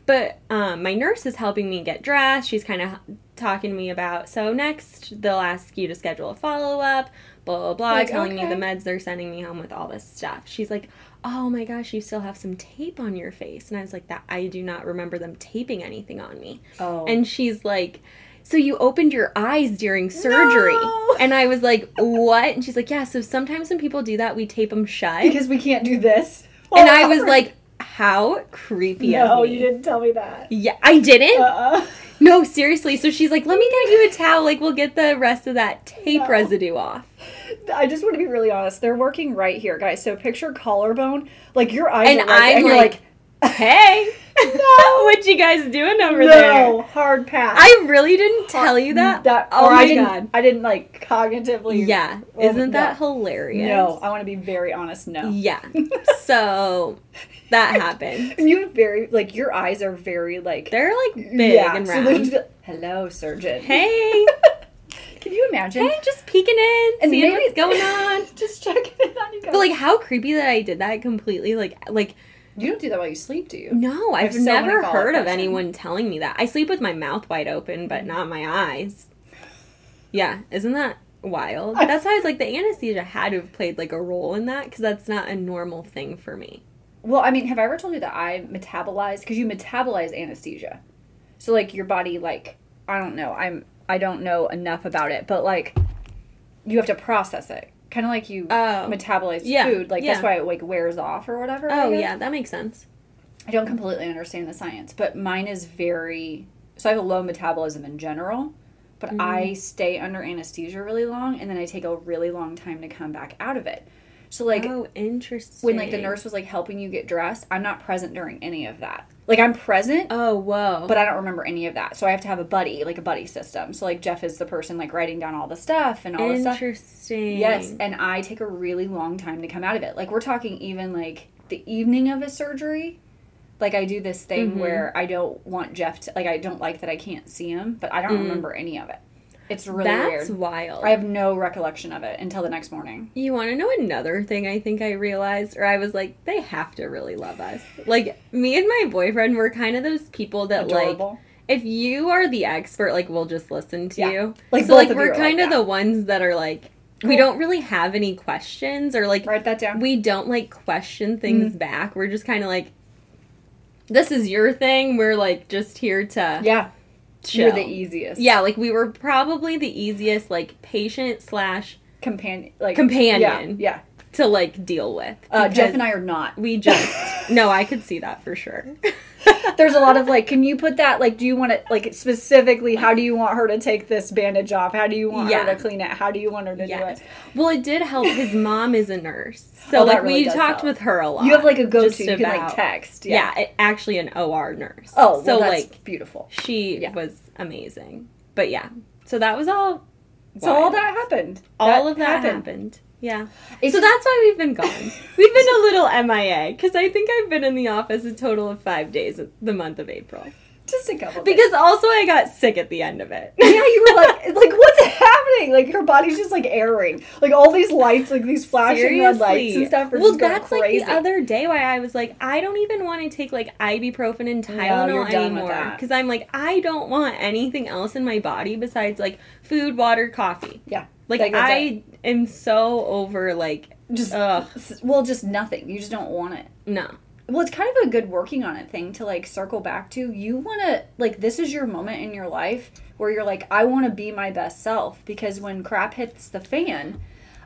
Speaker 1: But um, my nurse is helping me get dressed. She's kind of talking to me about so next they'll ask you to schedule a follow up, blah blah blah,
Speaker 2: Like,
Speaker 1: telling me
Speaker 2: okay.
Speaker 1: the meds they're sending me home with all this stuff. She's like, "Oh my gosh, you still have some tape on your face," and I was like, "That I do not remember them taping anything on me."
Speaker 2: Oh, and
Speaker 1: And she's like, So you opened your eyes during surgery.
Speaker 2: No.
Speaker 1: And I was like, What? And she's like, Yeah, so sometimes when people do that, we tape them shut.
Speaker 2: because we can't do this.
Speaker 1: and I was like, How creepy
Speaker 2: "No,
Speaker 1: of me.
Speaker 2: you didn't tell me that."
Speaker 1: Yeah, I didn't.
Speaker 2: Uh-uh.
Speaker 1: no, seriously. So she's like, "Let me get you a towel. Like, we'll get the rest of that tape
Speaker 2: No.
Speaker 1: residue off."
Speaker 2: I just want to be really honest. They're working right here, guys. So picture collarbone, like your eyes,
Speaker 1: And
Speaker 2: are like,
Speaker 1: I'm
Speaker 2: and you're
Speaker 1: like,
Speaker 2: like,
Speaker 1: Hey,
Speaker 2: No.
Speaker 1: what you guys doing over there?
Speaker 2: no, hard pass.
Speaker 1: I really didn't tell you that. oh
Speaker 2: or
Speaker 1: my
Speaker 2: I didn't,
Speaker 1: god.
Speaker 2: I didn't like cognitively.
Speaker 1: Yeah,
Speaker 2: Oh,
Speaker 1: isn't that
Speaker 2: no.
Speaker 1: hilarious?
Speaker 2: No, I want to be very honest. No,
Speaker 1: Yeah. So that happened.
Speaker 2: and you have very like your eyes are very like
Speaker 1: They're like big
Speaker 2: yeah,
Speaker 1: and
Speaker 2: so they're
Speaker 1: round.
Speaker 2: just- Hello, surgeon.
Speaker 1: hey. like,
Speaker 2: Can you imagine?
Speaker 1: hey, just peeking in,
Speaker 2: And
Speaker 1: seeing
Speaker 2: maybe-
Speaker 1: what's going on.
Speaker 2: Just checking in on you guys.
Speaker 1: But like, how creepy that I did that completely. Like, like
Speaker 2: you don't do that while you sleep, do you?
Speaker 1: no,
Speaker 2: have
Speaker 1: I've
Speaker 2: so many
Speaker 1: never
Speaker 2: follow-up
Speaker 1: heard of
Speaker 2: questions.
Speaker 1: anyone telling me that. I sleep with my mouth wide open, but not my eyes. Yeah, isn't that wild?
Speaker 2: I-
Speaker 1: That's why I was like, the anesthesia had to have played like a role in that because that's not a normal thing for me.
Speaker 2: Well, I mean, have I ever told you that I metabolize because you metabolize anesthesia? So like your body, like I don't know, I'm I don't know enough about it, but like you have to process it, kind of like you
Speaker 1: Oh.
Speaker 2: metabolize
Speaker 1: Yeah,
Speaker 2: food. Like that's
Speaker 1: yeah.
Speaker 2: why it like wears off or whatever. I
Speaker 1: Oh
Speaker 2: guess.
Speaker 1: yeah, that makes sense.
Speaker 2: I don't completely understand the science, but mine is very so I have a low metabolism in general, but
Speaker 1: Mm-hmm.
Speaker 2: I stay under anesthesia really long and then I take a really long time to come back out of it. So like
Speaker 1: oh, interesting.
Speaker 2: when like the nurse was like helping you get dressed, I'm not present during any of that. Like I'm present,
Speaker 1: Oh whoa.
Speaker 2: but I don't remember any of that. So I have to have a buddy, like a buddy system. So like Jeff is the person like writing down all the stuff and all this stuff.
Speaker 1: interesting.
Speaker 2: Yes, and I take a really long time to come out of it. Like we're talking even like the evening of a surgery. Like I do this thing
Speaker 1: Mm-hmm.
Speaker 2: where I don't want Jeff to like I don't like that I can't see him, but I don't remember any of it. It's really
Speaker 1: Mm. that's
Speaker 2: weird.
Speaker 1: wild.
Speaker 2: I have no recollection of it until the next morning.
Speaker 1: You want to know another thing I think I realized, or I was like, they have to really love us. Like, me and my boyfriend were kind of those people that, like,
Speaker 2: Adorable.
Speaker 1: if you are the expert, like, we'll just listen to
Speaker 2: Yeah.
Speaker 1: you.
Speaker 2: Like,
Speaker 1: so, like,
Speaker 2: both of you
Speaker 1: we're
Speaker 2: are
Speaker 1: kind
Speaker 2: like
Speaker 1: of
Speaker 2: that.
Speaker 1: the ones that are like, we don't really have any questions, or like,
Speaker 2: Write that down.
Speaker 1: we don't like question things
Speaker 2: Mm-hmm.
Speaker 1: back. We're just kind of like, this is your thing. We're like just here to
Speaker 2: yeah,
Speaker 1: chill.
Speaker 2: you're the easiest.
Speaker 1: yeah, like we were probably the easiest like patient slash
Speaker 2: companion, like
Speaker 1: Companion.
Speaker 2: Yeah, yeah.
Speaker 1: to like deal with.
Speaker 2: Uh, Jeff
Speaker 1: because-
Speaker 2: and I are not.
Speaker 1: We just no, I could see that for sure.
Speaker 2: There's a lot of like, can you put that? Like, do you want it? Like specifically, how do you want her to take this bandage off? How do you want
Speaker 1: Yeah.
Speaker 2: her to clean it? How do you want her to
Speaker 1: yes.
Speaker 2: do it?
Speaker 1: Well, it did help. His mom is a nurse,
Speaker 2: Oh,
Speaker 1: so
Speaker 2: that
Speaker 1: like
Speaker 2: really
Speaker 1: we
Speaker 2: does
Speaker 1: talked
Speaker 2: help.
Speaker 1: with her a lot.
Speaker 2: You have like a
Speaker 1: just
Speaker 2: go-to you can
Speaker 1: about-
Speaker 2: like text.
Speaker 1: Yeah, it- actually an OR nurse.
Speaker 2: Oh, well,
Speaker 1: so
Speaker 2: that's
Speaker 1: like
Speaker 2: beautiful.
Speaker 1: she
Speaker 2: Yeah.
Speaker 1: was amazing. But yeah, so that was all.
Speaker 2: So all that happened.
Speaker 1: all of that happened. Yeah.
Speaker 2: It's
Speaker 1: so
Speaker 2: just-
Speaker 1: that's why we've been gone. We've been a little MIA because I think I've been in the office a total of five days the month of April.
Speaker 2: Just a couple. days.
Speaker 1: Because also I got sick at the end of it.
Speaker 2: yeah, you were like, like what's happening? Like her body's just like airing. Like all these lights, like these flashing red lights and stuff. Are
Speaker 1: well,
Speaker 2: just going
Speaker 1: that's
Speaker 2: crazy.
Speaker 1: like the other day why I was like, I don't even want to take like ibuprofen and Tylenol
Speaker 2: you're done with
Speaker 1: anymore
Speaker 2: that.
Speaker 1: because I'm like, I don't want anything else in my body besides like food, water, coffee.
Speaker 2: Yeah.
Speaker 1: Like,
Speaker 2: Like, that's
Speaker 1: I uh am so over like,
Speaker 2: Just
Speaker 1: ugh,
Speaker 2: well, just nothing. You just don't want it.
Speaker 1: no.
Speaker 2: well it's kind of a good working on it thing to like circle back to you want to like this is your moment in your life where you're like i want to be my best self because when crap hits the fan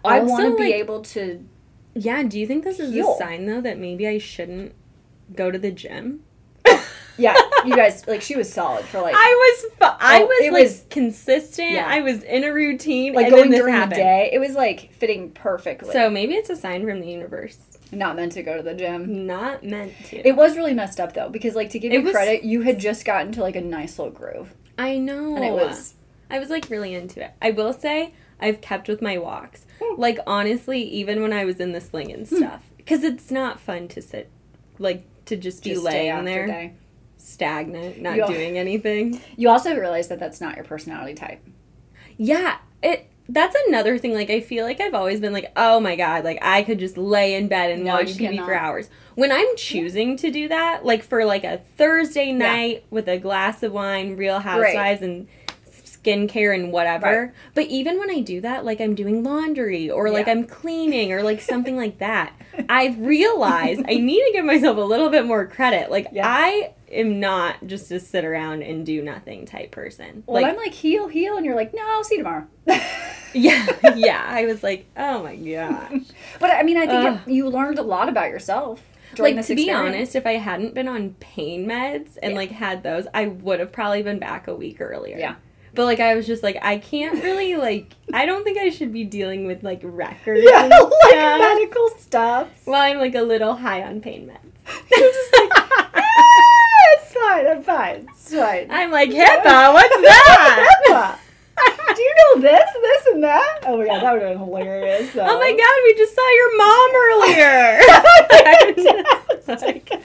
Speaker 2: i
Speaker 1: Also,
Speaker 2: want to be
Speaker 1: like-
Speaker 2: able to
Speaker 1: Yeah. Do you think this is
Speaker 2: Heal.
Speaker 1: a sign though that maybe I shouldn't go to the gym?
Speaker 2: yeah you guys like she was solid for like
Speaker 1: I was, fu- I
Speaker 2: Oh,
Speaker 1: was
Speaker 2: it
Speaker 1: like
Speaker 2: was-
Speaker 1: consistent.
Speaker 2: Yeah.
Speaker 1: I was in a routine.
Speaker 2: like
Speaker 1: and
Speaker 2: going
Speaker 1: then this
Speaker 2: during
Speaker 1: happened.
Speaker 2: the day it was like fitting perfectly
Speaker 1: So maybe it's a sign from the universe.
Speaker 2: not meant to go to the gym
Speaker 1: Not meant to.
Speaker 2: it was really messed up though because like to give
Speaker 1: It
Speaker 2: you
Speaker 1: was-
Speaker 2: credit you had just gotten to like a nice little groove
Speaker 1: I know.
Speaker 2: and it was
Speaker 1: I was like really into it. I will say I've kept with my walks.
Speaker 2: Hmm.
Speaker 1: Like honestly, even when I was in the sling and stuff, because it's not fun to sit, like to just be
Speaker 2: just day
Speaker 1: laying
Speaker 2: after
Speaker 1: there
Speaker 2: day.
Speaker 1: stagnant, not
Speaker 2: You-
Speaker 1: doing anything.
Speaker 2: you also realize that that's not your personality type
Speaker 1: Yeah, it. That's another thing. Like I feel like I've always been like, oh my god, like I could just lay in bed and
Speaker 2: No,
Speaker 1: watch
Speaker 2: you
Speaker 1: TV for
Speaker 2: cannot.
Speaker 1: hours. When I'm choosing to do that, like for like a Thursday night with a glass of wine, Real Housewives, and skincare and whatever.
Speaker 2: Right.
Speaker 1: But even when I do that, like I'm doing laundry or like
Speaker 2: Yeah.
Speaker 1: I'm cleaning or like something like that, I've realized I need to give myself a little bit more credit. Like
Speaker 2: Yeah.
Speaker 1: I am not just a sit around and do nothing type person.
Speaker 2: Well,
Speaker 1: like
Speaker 2: I'm like heal, heal, and you're like, no, I'll see you tomorrow.
Speaker 1: yeah, yeah. I was like, oh my gosh.
Speaker 2: But I mean, I
Speaker 1: Ugh.
Speaker 2: think it- you learned a lot about yourself. During
Speaker 1: like
Speaker 2: this
Speaker 1: to be
Speaker 2: experience.
Speaker 1: honest, if I hadn't been on pain meds and
Speaker 2: Yeah.
Speaker 1: like had those, I would have probably been back a week earlier.
Speaker 2: Yeah.
Speaker 1: But like I was just like, I can't really like I don't think I should be dealing with like records.
Speaker 2: yeah,
Speaker 1: Yeah.
Speaker 2: like
Speaker 1: Yeah.
Speaker 2: medical stuff.
Speaker 1: Well, I'm like a little high on pain meds.
Speaker 2: You're just like, "Ah, it's fine, I'm fine, it's fine.
Speaker 1: I'm like, HIPAA, what's that?
Speaker 2: Do you know this, this, and that? Oh my god, that would have been hilarious. Though.
Speaker 1: Oh my god, we just saw your mom earlier.
Speaker 2: Fantastic.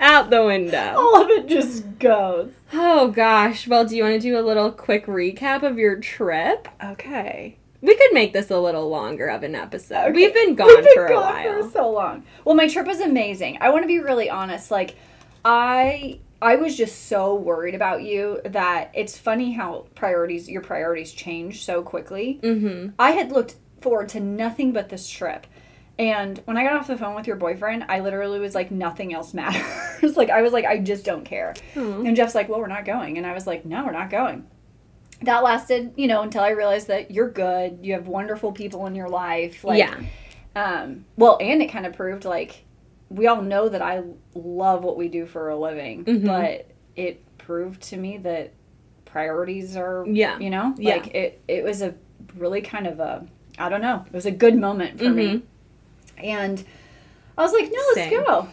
Speaker 1: out the window.
Speaker 2: All of it just goes.
Speaker 1: Oh gosh. Well, do you want to do a little quick recap of your trip?
Speaker 2: Okay.
Speaker 1: We could make this a little longer of an episode.
Speaker 2: Okay.
Speaker 1: We've been gone
Speaker 2: We've been
Speaker 1: for a
Speaker 2: gone
Speaker 1: while.
Speaker 2: for so long. Well, my trip was amazing. I want to be really honest. Like, I I was just so worried about you that it's funny how priorities your priorities change so quickly.
Speaker 1: mm-hmm.
Speaker 2: I had looked forward to nothing but this trip. And when I got off the phone with your boyfriend, I literally was like, nothing else matters. like, I was like, I just don't care. And Jeff's like, well, we're not going. And I was like, no, we're not going. That lasted, you know, until I realized that you're good. You have wonderful people in your life. Like,
Speaker 1: yeah.
Speaker 2: um, well, and it kind of proved like we all know that I love what we do for a living,
Speaker 1: Mhm.
Speaker 2: but it proved to me that priorities are,
Speaker 1: Yeah.
Speaker 2: you know,
Speaker 1: Yeah.
Speaker 2: like it, it was a really kind of a, I don't know, it was a good moment for
Speaker 1: Mm-hmm.
Speaker 2: me. And I was like, no, let's
Speaker 1: Same.
Speaker 2: go.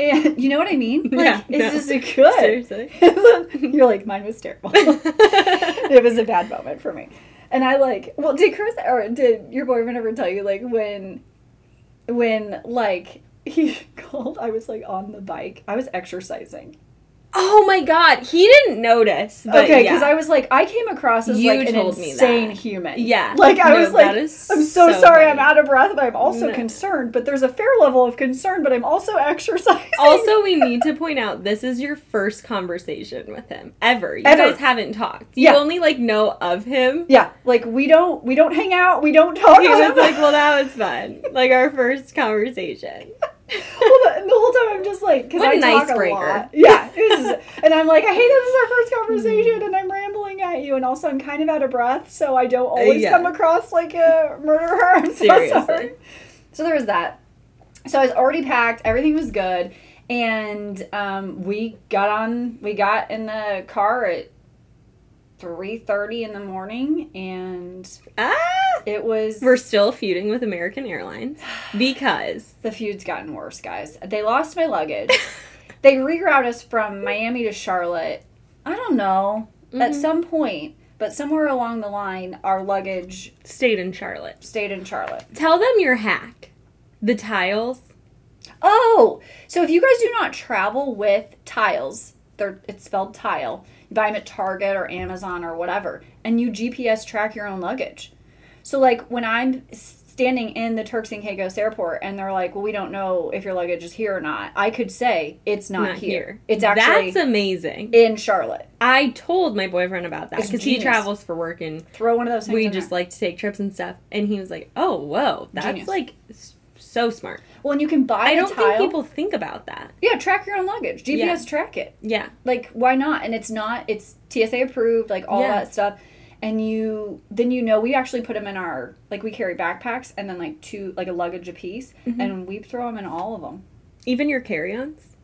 Speaker 2: And you know what I mean? Like,
Speaker 1: Yeah, no.
Speaker 2: it's just good.
Speaker 1: Seriously.
Speaker 2: You're like, mine was terrible. it was a bad moment for me. And I like, well, did Chris or did your boyfriend ever tell you like when, when like he called? I was like on the bike. I was exercising.
Speaker 1: oh my god. He didn't notice. But
Speaker 2: okay,
Speaker 1: yeah.
Speaker 2: because I was like, I came across as
Speaker 1: You
Speaker 2: like an
Speaker 1: told me
Speaker 2: insane
Speaker 1: that.
Speaker 2: human.
Speaker 1: Yeah.
Speaker 2: like I
Speaker 1: No,
Speaker 2: was
Speaker 1: that
Speaker 2: like, I'm
Speaker 1: is
Speaker 2: so, sorry,
Speaker 1: funny.
Speaker 2: I'm out of breath, but I'm also
Speaker 1: No.
Speaker 2: concerned. But there's a fair level of concern, but I'm also exercising.
Speaker 1: Also, we need to point out this is your first conversation with him ever. You
Speaker 2: Ever.
Speaker 1: guys haven't talked. You
Speaker 2: Yeah.
Speaker 1: only like know of him.
Speaker 2: yeah, like we don't we don't hang out, we don't talk.
Speaker 1: He was
Speaker 2: on the-
Speaker 1: like, "Well, that was fun." Like our first conversation.
Speaker 2: Well, the, the whole time I'm just like, because
Speaker 1: What
Speaker 2: I
Speaker 1: an
Speaker 2: talk a
Speaker 1: icebreaker.
Speaker 2: lot. Yeah, it was, and I'm like, I hate that this is our first conversation, and I'm rambling at you, and also I'm kind of out of breath, so I don't always
Speaker 1: Uh, yeah.
Speaker 2: come across like a murderer. I'm so
Speaker 1: Seriously.
Speaker 2: sorry. So there was that. So I was already packed. Everything was good, and um, we got on. We got in the car at three thirty in the morning, and
Speaker 1: Ah,
Speaker 2: it was
Speaker 1: we're still feuding with American Airlines because
Speaker 2: the feud's gotten worse, guys. They lost my luggage. they reroute us from Miami to Charlotte. I don't know at some point, but somewhere along the line, our luggage
Speaker 1: stayed in Charlotte.
Speaker 2: stayed in Charlotte.
Speaker 1: Tell them your hack. The tiles.
Speaker 2: Oh, so if you guys do not travel with tiles, they're it's spelled tile. You buy them at Target or Amazon or whatever, and you GPS track your own luggage. So like when I'm standing in the Turks and Caicos airport and they're like, "Well, we don't know if your luggage is here or not." I could say it's not,
Speaker 1: Not
Speaker 2: here.
Speaker 1: here.
Speaker 2: It's actually
Speaker 1: That's amazing.
Speaker 2: in Charlotte.
Speaker 1: I told my boyfriend about that
Speaker 2: It's
Speaker 1: because he
Speaker 2: genius.
Speaker 1: travels for work and
Speaker 2: Throw one of those things
Speaker 1: we
Speaker 2: in
Speaker 1: just
Speaker 2: there.
Speaker 1: like to take trips and stuff. And he was like, "Oh, whoa, that's
Speaker 2: Genius.
Speaker 1: like s- so smart."
Speaker 2: Well, and you can buy
Speaker 1: I
Speaker 2: the
Speaker 1: don't
Speaker 2: tile.
Speaker 1: think people think about that.
Speaker 2: Yeah, track your own luggage. GPS track it.
Speaker 1: Yeah,
Speaker 2: Like, why not? And it's not. It's TSA approved. Like all
Speaker 1: Yeah.
Speaker 2: that stuff. And you then you know we actually put them in our like we carry backpacks and then like two like a luggage a piece and we throw them in all of them.
Speaker 1: even your carry-ons.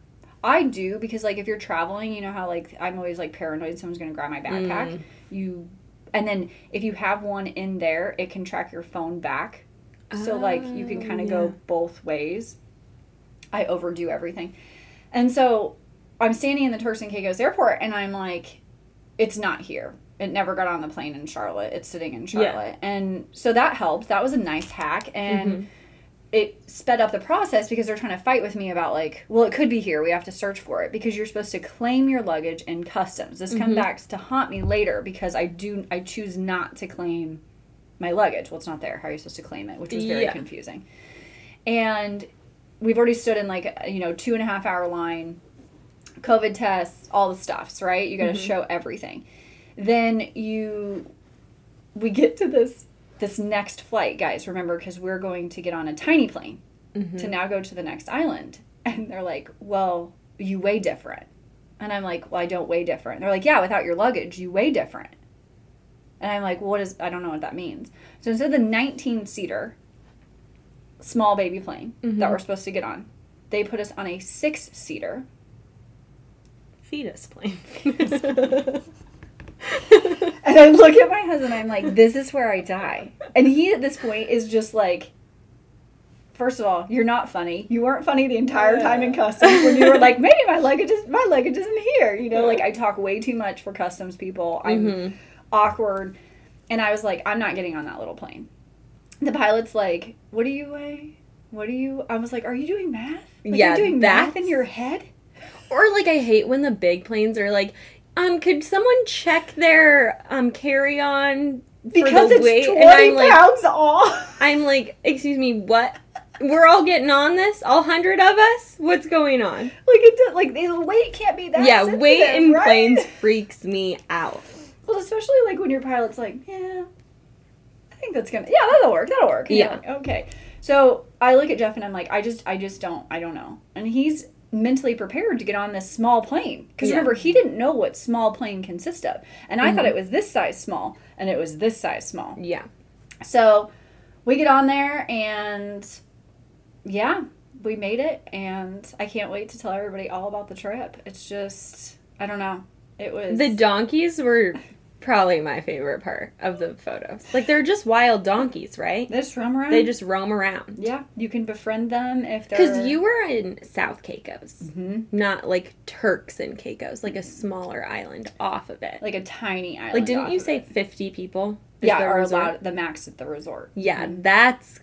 Speaker 2: I do because like if you're traveling, you know how like I'm always like paranoid someone's gonna grab my backpack.
Speaker 1: Mm.
Speaker 2: You and then if you have one in there, it can track your phone back. So like you can
Speaker 1: Oh,
Speaker 2: kind of
Speaker 1: yeah.
Speaker 2: go both ways. I overdo everything. And so I'm standing in the Turks and Caicos airport and I'm like, it's not here. It never got on the plane in Charlotte. It's sitting in
Speaker 1: Yeah.
Speaker 2: Charlotte. And so that helped. That was a nice hack. And
Speaker 1: Mm-hmm.
Speaker 2: it sped up the process because they're trying to fight with me about like, well, it could be here. We have to search for it because you're supposed to claim your luggage in customs. This comes back to haunt me later because I do I choose not to claim my luggage. Well, it's not there. How are you supposed to claim it? Which was very
Speaker 1: Yeah.
Speaker 2: confusing. And we've already stood in like a, you know two and a half hour line, COVID tests, all the stuffs. Right? You got to show everything. Then you, we get to this this next flight, guys. Remember, because we're going to get on a tiny plane to now go to the next island. And they're like, well, you weigh different. And I'm like, well, I don't weigh different. They're like, yeah, without your luggage, you weigh different. And I'm like, what is, I don't know what that means. So instead of the 19 seater small baby plane that we're supposed to get on, they put us on a six seater.
Speaker 1: Fetus plane.
Speaker 2: And I look at my husband, I'm like, this is where I die. And he at this point is just like, First of all, you're not funny. You weren't funny the entire time in customs when you were like, maybe my luggage is my luggage isn't here. You know, like I talk way too much for customs people. I'm
Speaker 1: Mm-hmm.
Speaker 2: awkward. And I was like, I'm not getting on that little plane. The pilot's like, What do you weigh? What do you I was like, Are you doing math? Like,
Speaker 1: Yeah,
Speaker 2: you're doing math in
Speaker 1: that's-
Speaker 2: your head?
Speaker 1: Or like I hate when the big planes are like, um, could someone check their um carry on
Speaker 2: because it's twenty
Speaker 1: I'm like,
Speaker 2: pounds off.
Speaker 1: I'm like, excuse me, what? We're all getting on this, all hundred of us. What's going on?
Speaker 2: Like it, does, like the weight can't be that.
Speaker 1: yeah,
Speaker 2: sensitive,
Speaker 1: weight in
Speaker 2: right?
Speaker 1: planes freaks me out.
Speaker 2: Well, especially like when your pilot's like, yeah, I think that's gonna, yeah, that'll work, that'll work. And you're
Speaker 1: Yeah.
Speaker 2: like, okay. So I look at Jeff and I'm like, I just, I just don't, I don't know. And he's mentally prepared to get on this small plane because
Speaker 1: Yeah. Mm-hmm.
Speaker 2: remember he didn't know what small plane consist of, and I thought it was this size small, and it was this size small.
Speaker 1: Yeah,
Speaker 2: So we get on there and yeah, we made it and I can't wait to tell everybody all about the trip. It's just I don't know. It was
Speaker 1: the donkeys were probably my favorite part of the photos. Like they're just wild donkeys, right?
Speaker 2: this rum around.
Speaker 1: They just roam around.
Speaker 2: yeah, you can befriend them if they're
Speaker 1: Because you were in South Caicos,
Speaker 2: Mhm.
Speaker 1: not like Turks and Caicos, like a smaller island off of it. Like,
Speaker 2: like a tiny island.
Speaker 1: didn't
Speaker 2: off
Speaker 1: you
Speaker 2: of
Speaker 1: say
Speaker 2: it.
Speaker 1: 50 people? is
Speaker 2: yeah
Speaker 1: the
Speaker 2: are
Speaker 1: resort?
Speaker 2: allowed Mm-hmm. the max at the resort
Speaker 1: Yeah, that's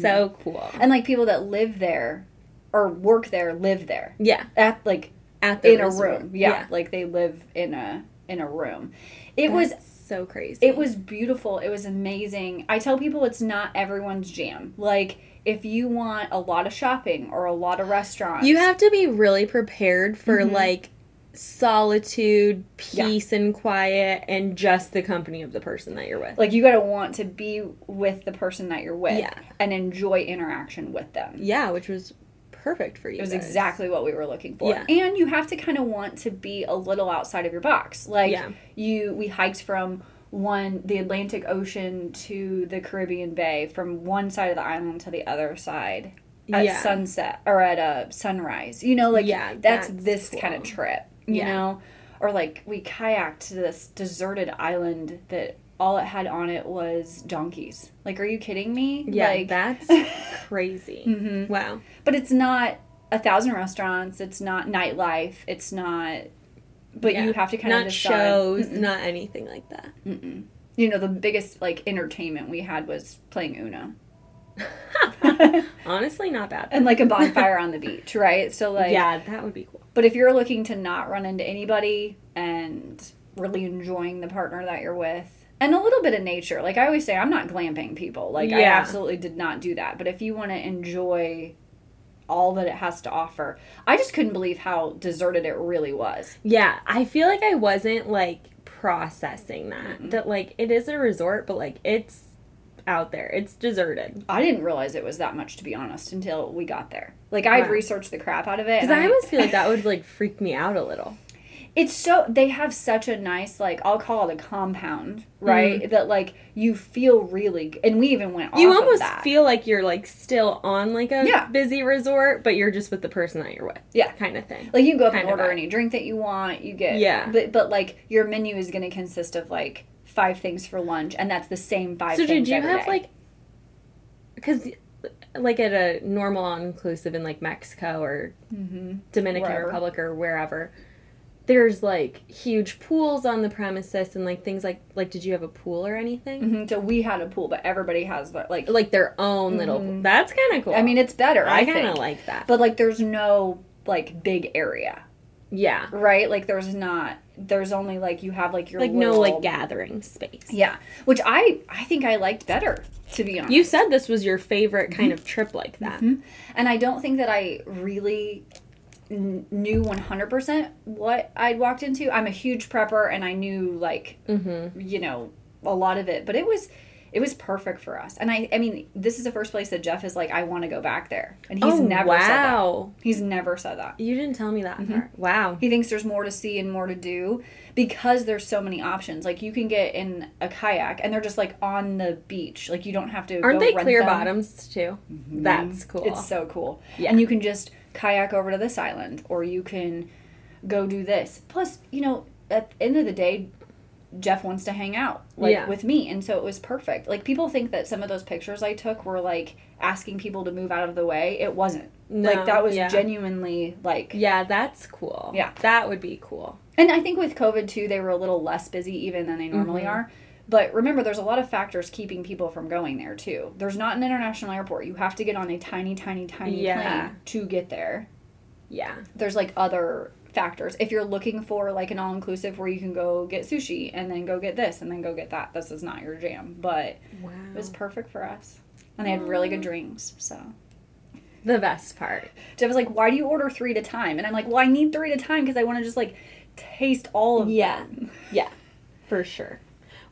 Speaker 1: so cool.
Speaker 2: and like people that live there or work there live there
Speaker 1: Yeah,
Speaker 2: at like
Speaker 1: at the
Speaker 2: in
Speaker 1: resort.
Speaker 2: a room. Yeah, like they live in a in a room. It was
Speaker 1: That's so crazy.
Speaker 2: It was beautiful. It was amazing. I tell people it's not everyone's jam. Like if you want a lot of shopping or a lot of restaurants,
Speaker 1: You have to be really prepared for like solitude,
Speaker 2: Mm-hmm. Yeah.
Speaker 1: peace and quiet and just the company of the person that you're with.
Speaker 2: like you got to want to be with the person that you're with
Speaker 1: Yeah.
Speaker 2: and enjoy interaction with them.
Speaker 1: yeah, which was perfect for you.
Speaker 2: It was
Speaker 1: guys.
Speaker 2: exactly what we were looking for.
Speaker 1: Yeah.
Speaker 2: And you have to kind of want to be a little outside of your box. Like
Speaker 1: Yeah.
Speaker 2: you we hiked from one the Atlantic Ocean to the Caribbean Bay from one side of the island to the other side at
Speaker 1: Yeah.
Speaker 2: sunset or at a sunrise. You know, like
Speaker 1: Yeah,
Speaker 2: that's,
Speaker 1: that's
Speaker 2: this
Speaker 1: cool.
Speaker 2: kind of trip. You
Speaker 1: Yeah.
Speaker 2: know, or like we kayaked to this deserted island that all it had on it was donkeys. Like, are you kidding me?
Speaker 1: Yeah,
Speaker 2: like, Mm-hmm.
Speaker 1: that's crazy. Wow.
Speaker 2: but it's not a thousand restaurants. It's not nightlife. It's not. But
Speaker 1: Yeah.
Speaker 2: you have to kind
Speaker 1: not
Speaker 2: of decide.
Speaker 1: shows, not anything like that.
Speaker 2: You know, the biggest like entertainment we had was playing Uno
Speaker 1: Honestly, not bad.
Speaker 2: and like a bonfire on the beach, right? So like,
Speaker 1: yeah, that would be cool.
Speaker 2: But if you're looking to not run into anybody and really enjoying the partner that you're with and a little bit of nature, like I always say, I'm not glamping people. Like I
Speaker 1: Yeah.
Speaker 2: absolutely did not do that. But if you want to enjoy all that it has to offer, I just couldn't believe how deserted it really was.
Speaker 1: Yeah, I feel like I wasn't like processing that. That like it is a resort, but like it's out there. It's deserted.
Speaker 2: I didn't realize it was that much, to be honest, until we got there. Like I'd
Speaker 1: Wow.
Speaker 2: researched the crap out of it.
Speaker 1: Because
Speaker 2: and
Speaker 1: I always feel like that would like freak me out a little.
Speaker 2: it's so they have such a nice like I'll call it a compound, right? That like you feel really, g- and we even went.
Speaker 1: Mm. you
Speaker 2: off of
Speaker 1: almost
Speaker 2: that.
Speaker 1: feel like you're like still on like a
Speaker 2: Yeah.
Speaker 1: busy resort, but you're just with the person that you're with.
Speaker 2: Yeah.
Speaker 1: Kind of thing.
Speaker 2: Like you can go up
Speaker 1: kind
Speaker 2: and
Speaker 1: of
Speaker 2: order
Speaker 1: vibe.
Speaker 2: any drink that you want. You get
Speaker 1: Yeah.
Speaker 2: but but like your menu is going to consist of like five things for lunch, and that's the same five.
Speaker 1: so did
Speaker 2: things
Speaker 1: you
Speaker 2: every
Speaker 1: have
Speaker 2: day.
Speaker 1: like because like at a normal all inclusive in like Mexico or Dominican
Speaker 2: Mm-hmm. Wherever.
Speaker 1: Republic or wherever, there's like huge pools on the premises and like things like like did you have a pool or anything?
Speaker 2: Mhm, so we had a pool, but everybody has their- like
Speaker 1: Like their own little. That's kind of cool.
Speaker 2: Mm-hmm. I mean it's better. I,
Speaker 1: I kind of
Speaker 2: think.
Speaker 1: like that.
Speaker 2: but like there's no like big area,
Speaker 1: yeah,
Speaker 2: right? Like there's not. There's only like you have like your
Speaker 1: like no
Speaker 2: little-
Speaker 1: like gathering space.
Speaker 2: yeah, which I I think I liked better to be honest.
Speaker 1: You said this was your favorite kind of trip like that.
Speaker 2: Mm-hmm. and I don't think that I really kn- knew 100% what I'd walked into. I'm a huge prepper and I knew like
Speaker 1: Mm-hmm.
Speaker 2: you know a lot of it, but it was it was perfect for us. And I I mean, this is the first place that Jeff is like I want to go back there. And he's
Speaker 1: oh
Speaker 2: never said that. Mm-hmm.
Speaker 1: wow!
Speaker 2: He's never said that.
Speaker 1: You didn't tell me that part. Wow.
Speaker 2: He thinks there's more to see and more to do because there's so many options. Like you can get in a kayak and they're just like on the beach. Like you don't have to
Speaker 1: Aren't
Speaker 2: go
Speaker 1: they
Speaker 2: rent
Speaker 1: clear
Speaker 2: them. Mm-hmm.
Speaker 1: bottoms too? That's cool.
Speaker 2: It's so cool.
Speaker 1: Yeah.
Speaker 2: And you can just kayak over to this island or you can go do this. Plus, you know, at the end of the day, Jeff wants to hang out like
Speaker 1: Yeah.
Speaker 2: with me and so it was perfect. Like people think that some of those pictures I took were like asking people to move out of the way. It wasn't.
Speaker 1: No,
Speaker 2: like that was
Speaker 1: yeah.
Speaker 2: genuinely like
Speaker 1: yeah, that's cool.
Speaker 2: Yeah.
Speaker 1: That would be cool.
Speaker 2: and I think with COVID too, they were a little less busy even than they normally
Speaker 1: Mm-hmm.
Speaker 2: are. But remember, there's a lot of factors keeping people from going there too. There's not an international airport. You have to get on a tiny, tiny, tiny
Speaker 1: Yeah.
Speaker 2: plane to get there.
Speaker 1: Yeah.
Speaker 2: there's like other factors. If you're looking for like an all inclusive where you can go get sushi and then go get this and then go get that, this is not your jam. But
Speaker 1: Wow.
Speaker 2: it was perfect for us. And they had really good drinks. So
Speaker 1: the best part.
Speaker 2: Jeff was like, Why do you order three at a time? And I'm like, Well, I need three at a time because I want to just like taste all of
Speaker 1: Yeah.
Speaker 2: them.
Speaker 1: Yeah, for sure.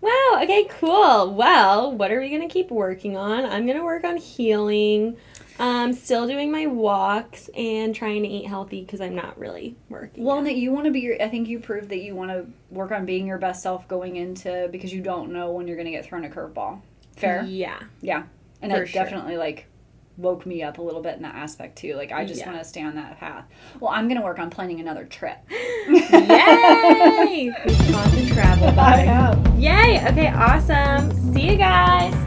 Speaker 1: Wow, okay, cool. Well, what are we going to keep working on? I'm going to work on healing. Um, still doing my walks and trying to eat healthy because I'm not really working.
Speaker 2: Well,
Speaker 1: out.
Speaker 2: and that you want to be your, I think you proved that you want to work on being your best self going into because you don't know when you're going to get thrown a curveball. Fair?
Speaker 1: Yeah.
Speaker 2: Yeah. And
Speaker 1: For
Speaker 2: that
Speaker 1: sure.
Speaker 2: definitely like woke me up a little bit in that aspect too. Like I just
Speaker 1: Yeah.
Speaker 2: want to stay on that path. Well, I'm going to work on planning another trip.
Speaker 1: Yay! We've gone to travel.
Speaker 2: I
Speaker 1: bug.
Speaker 2: am.
Speaker 1: Yay! Okay, awesome. See you guys.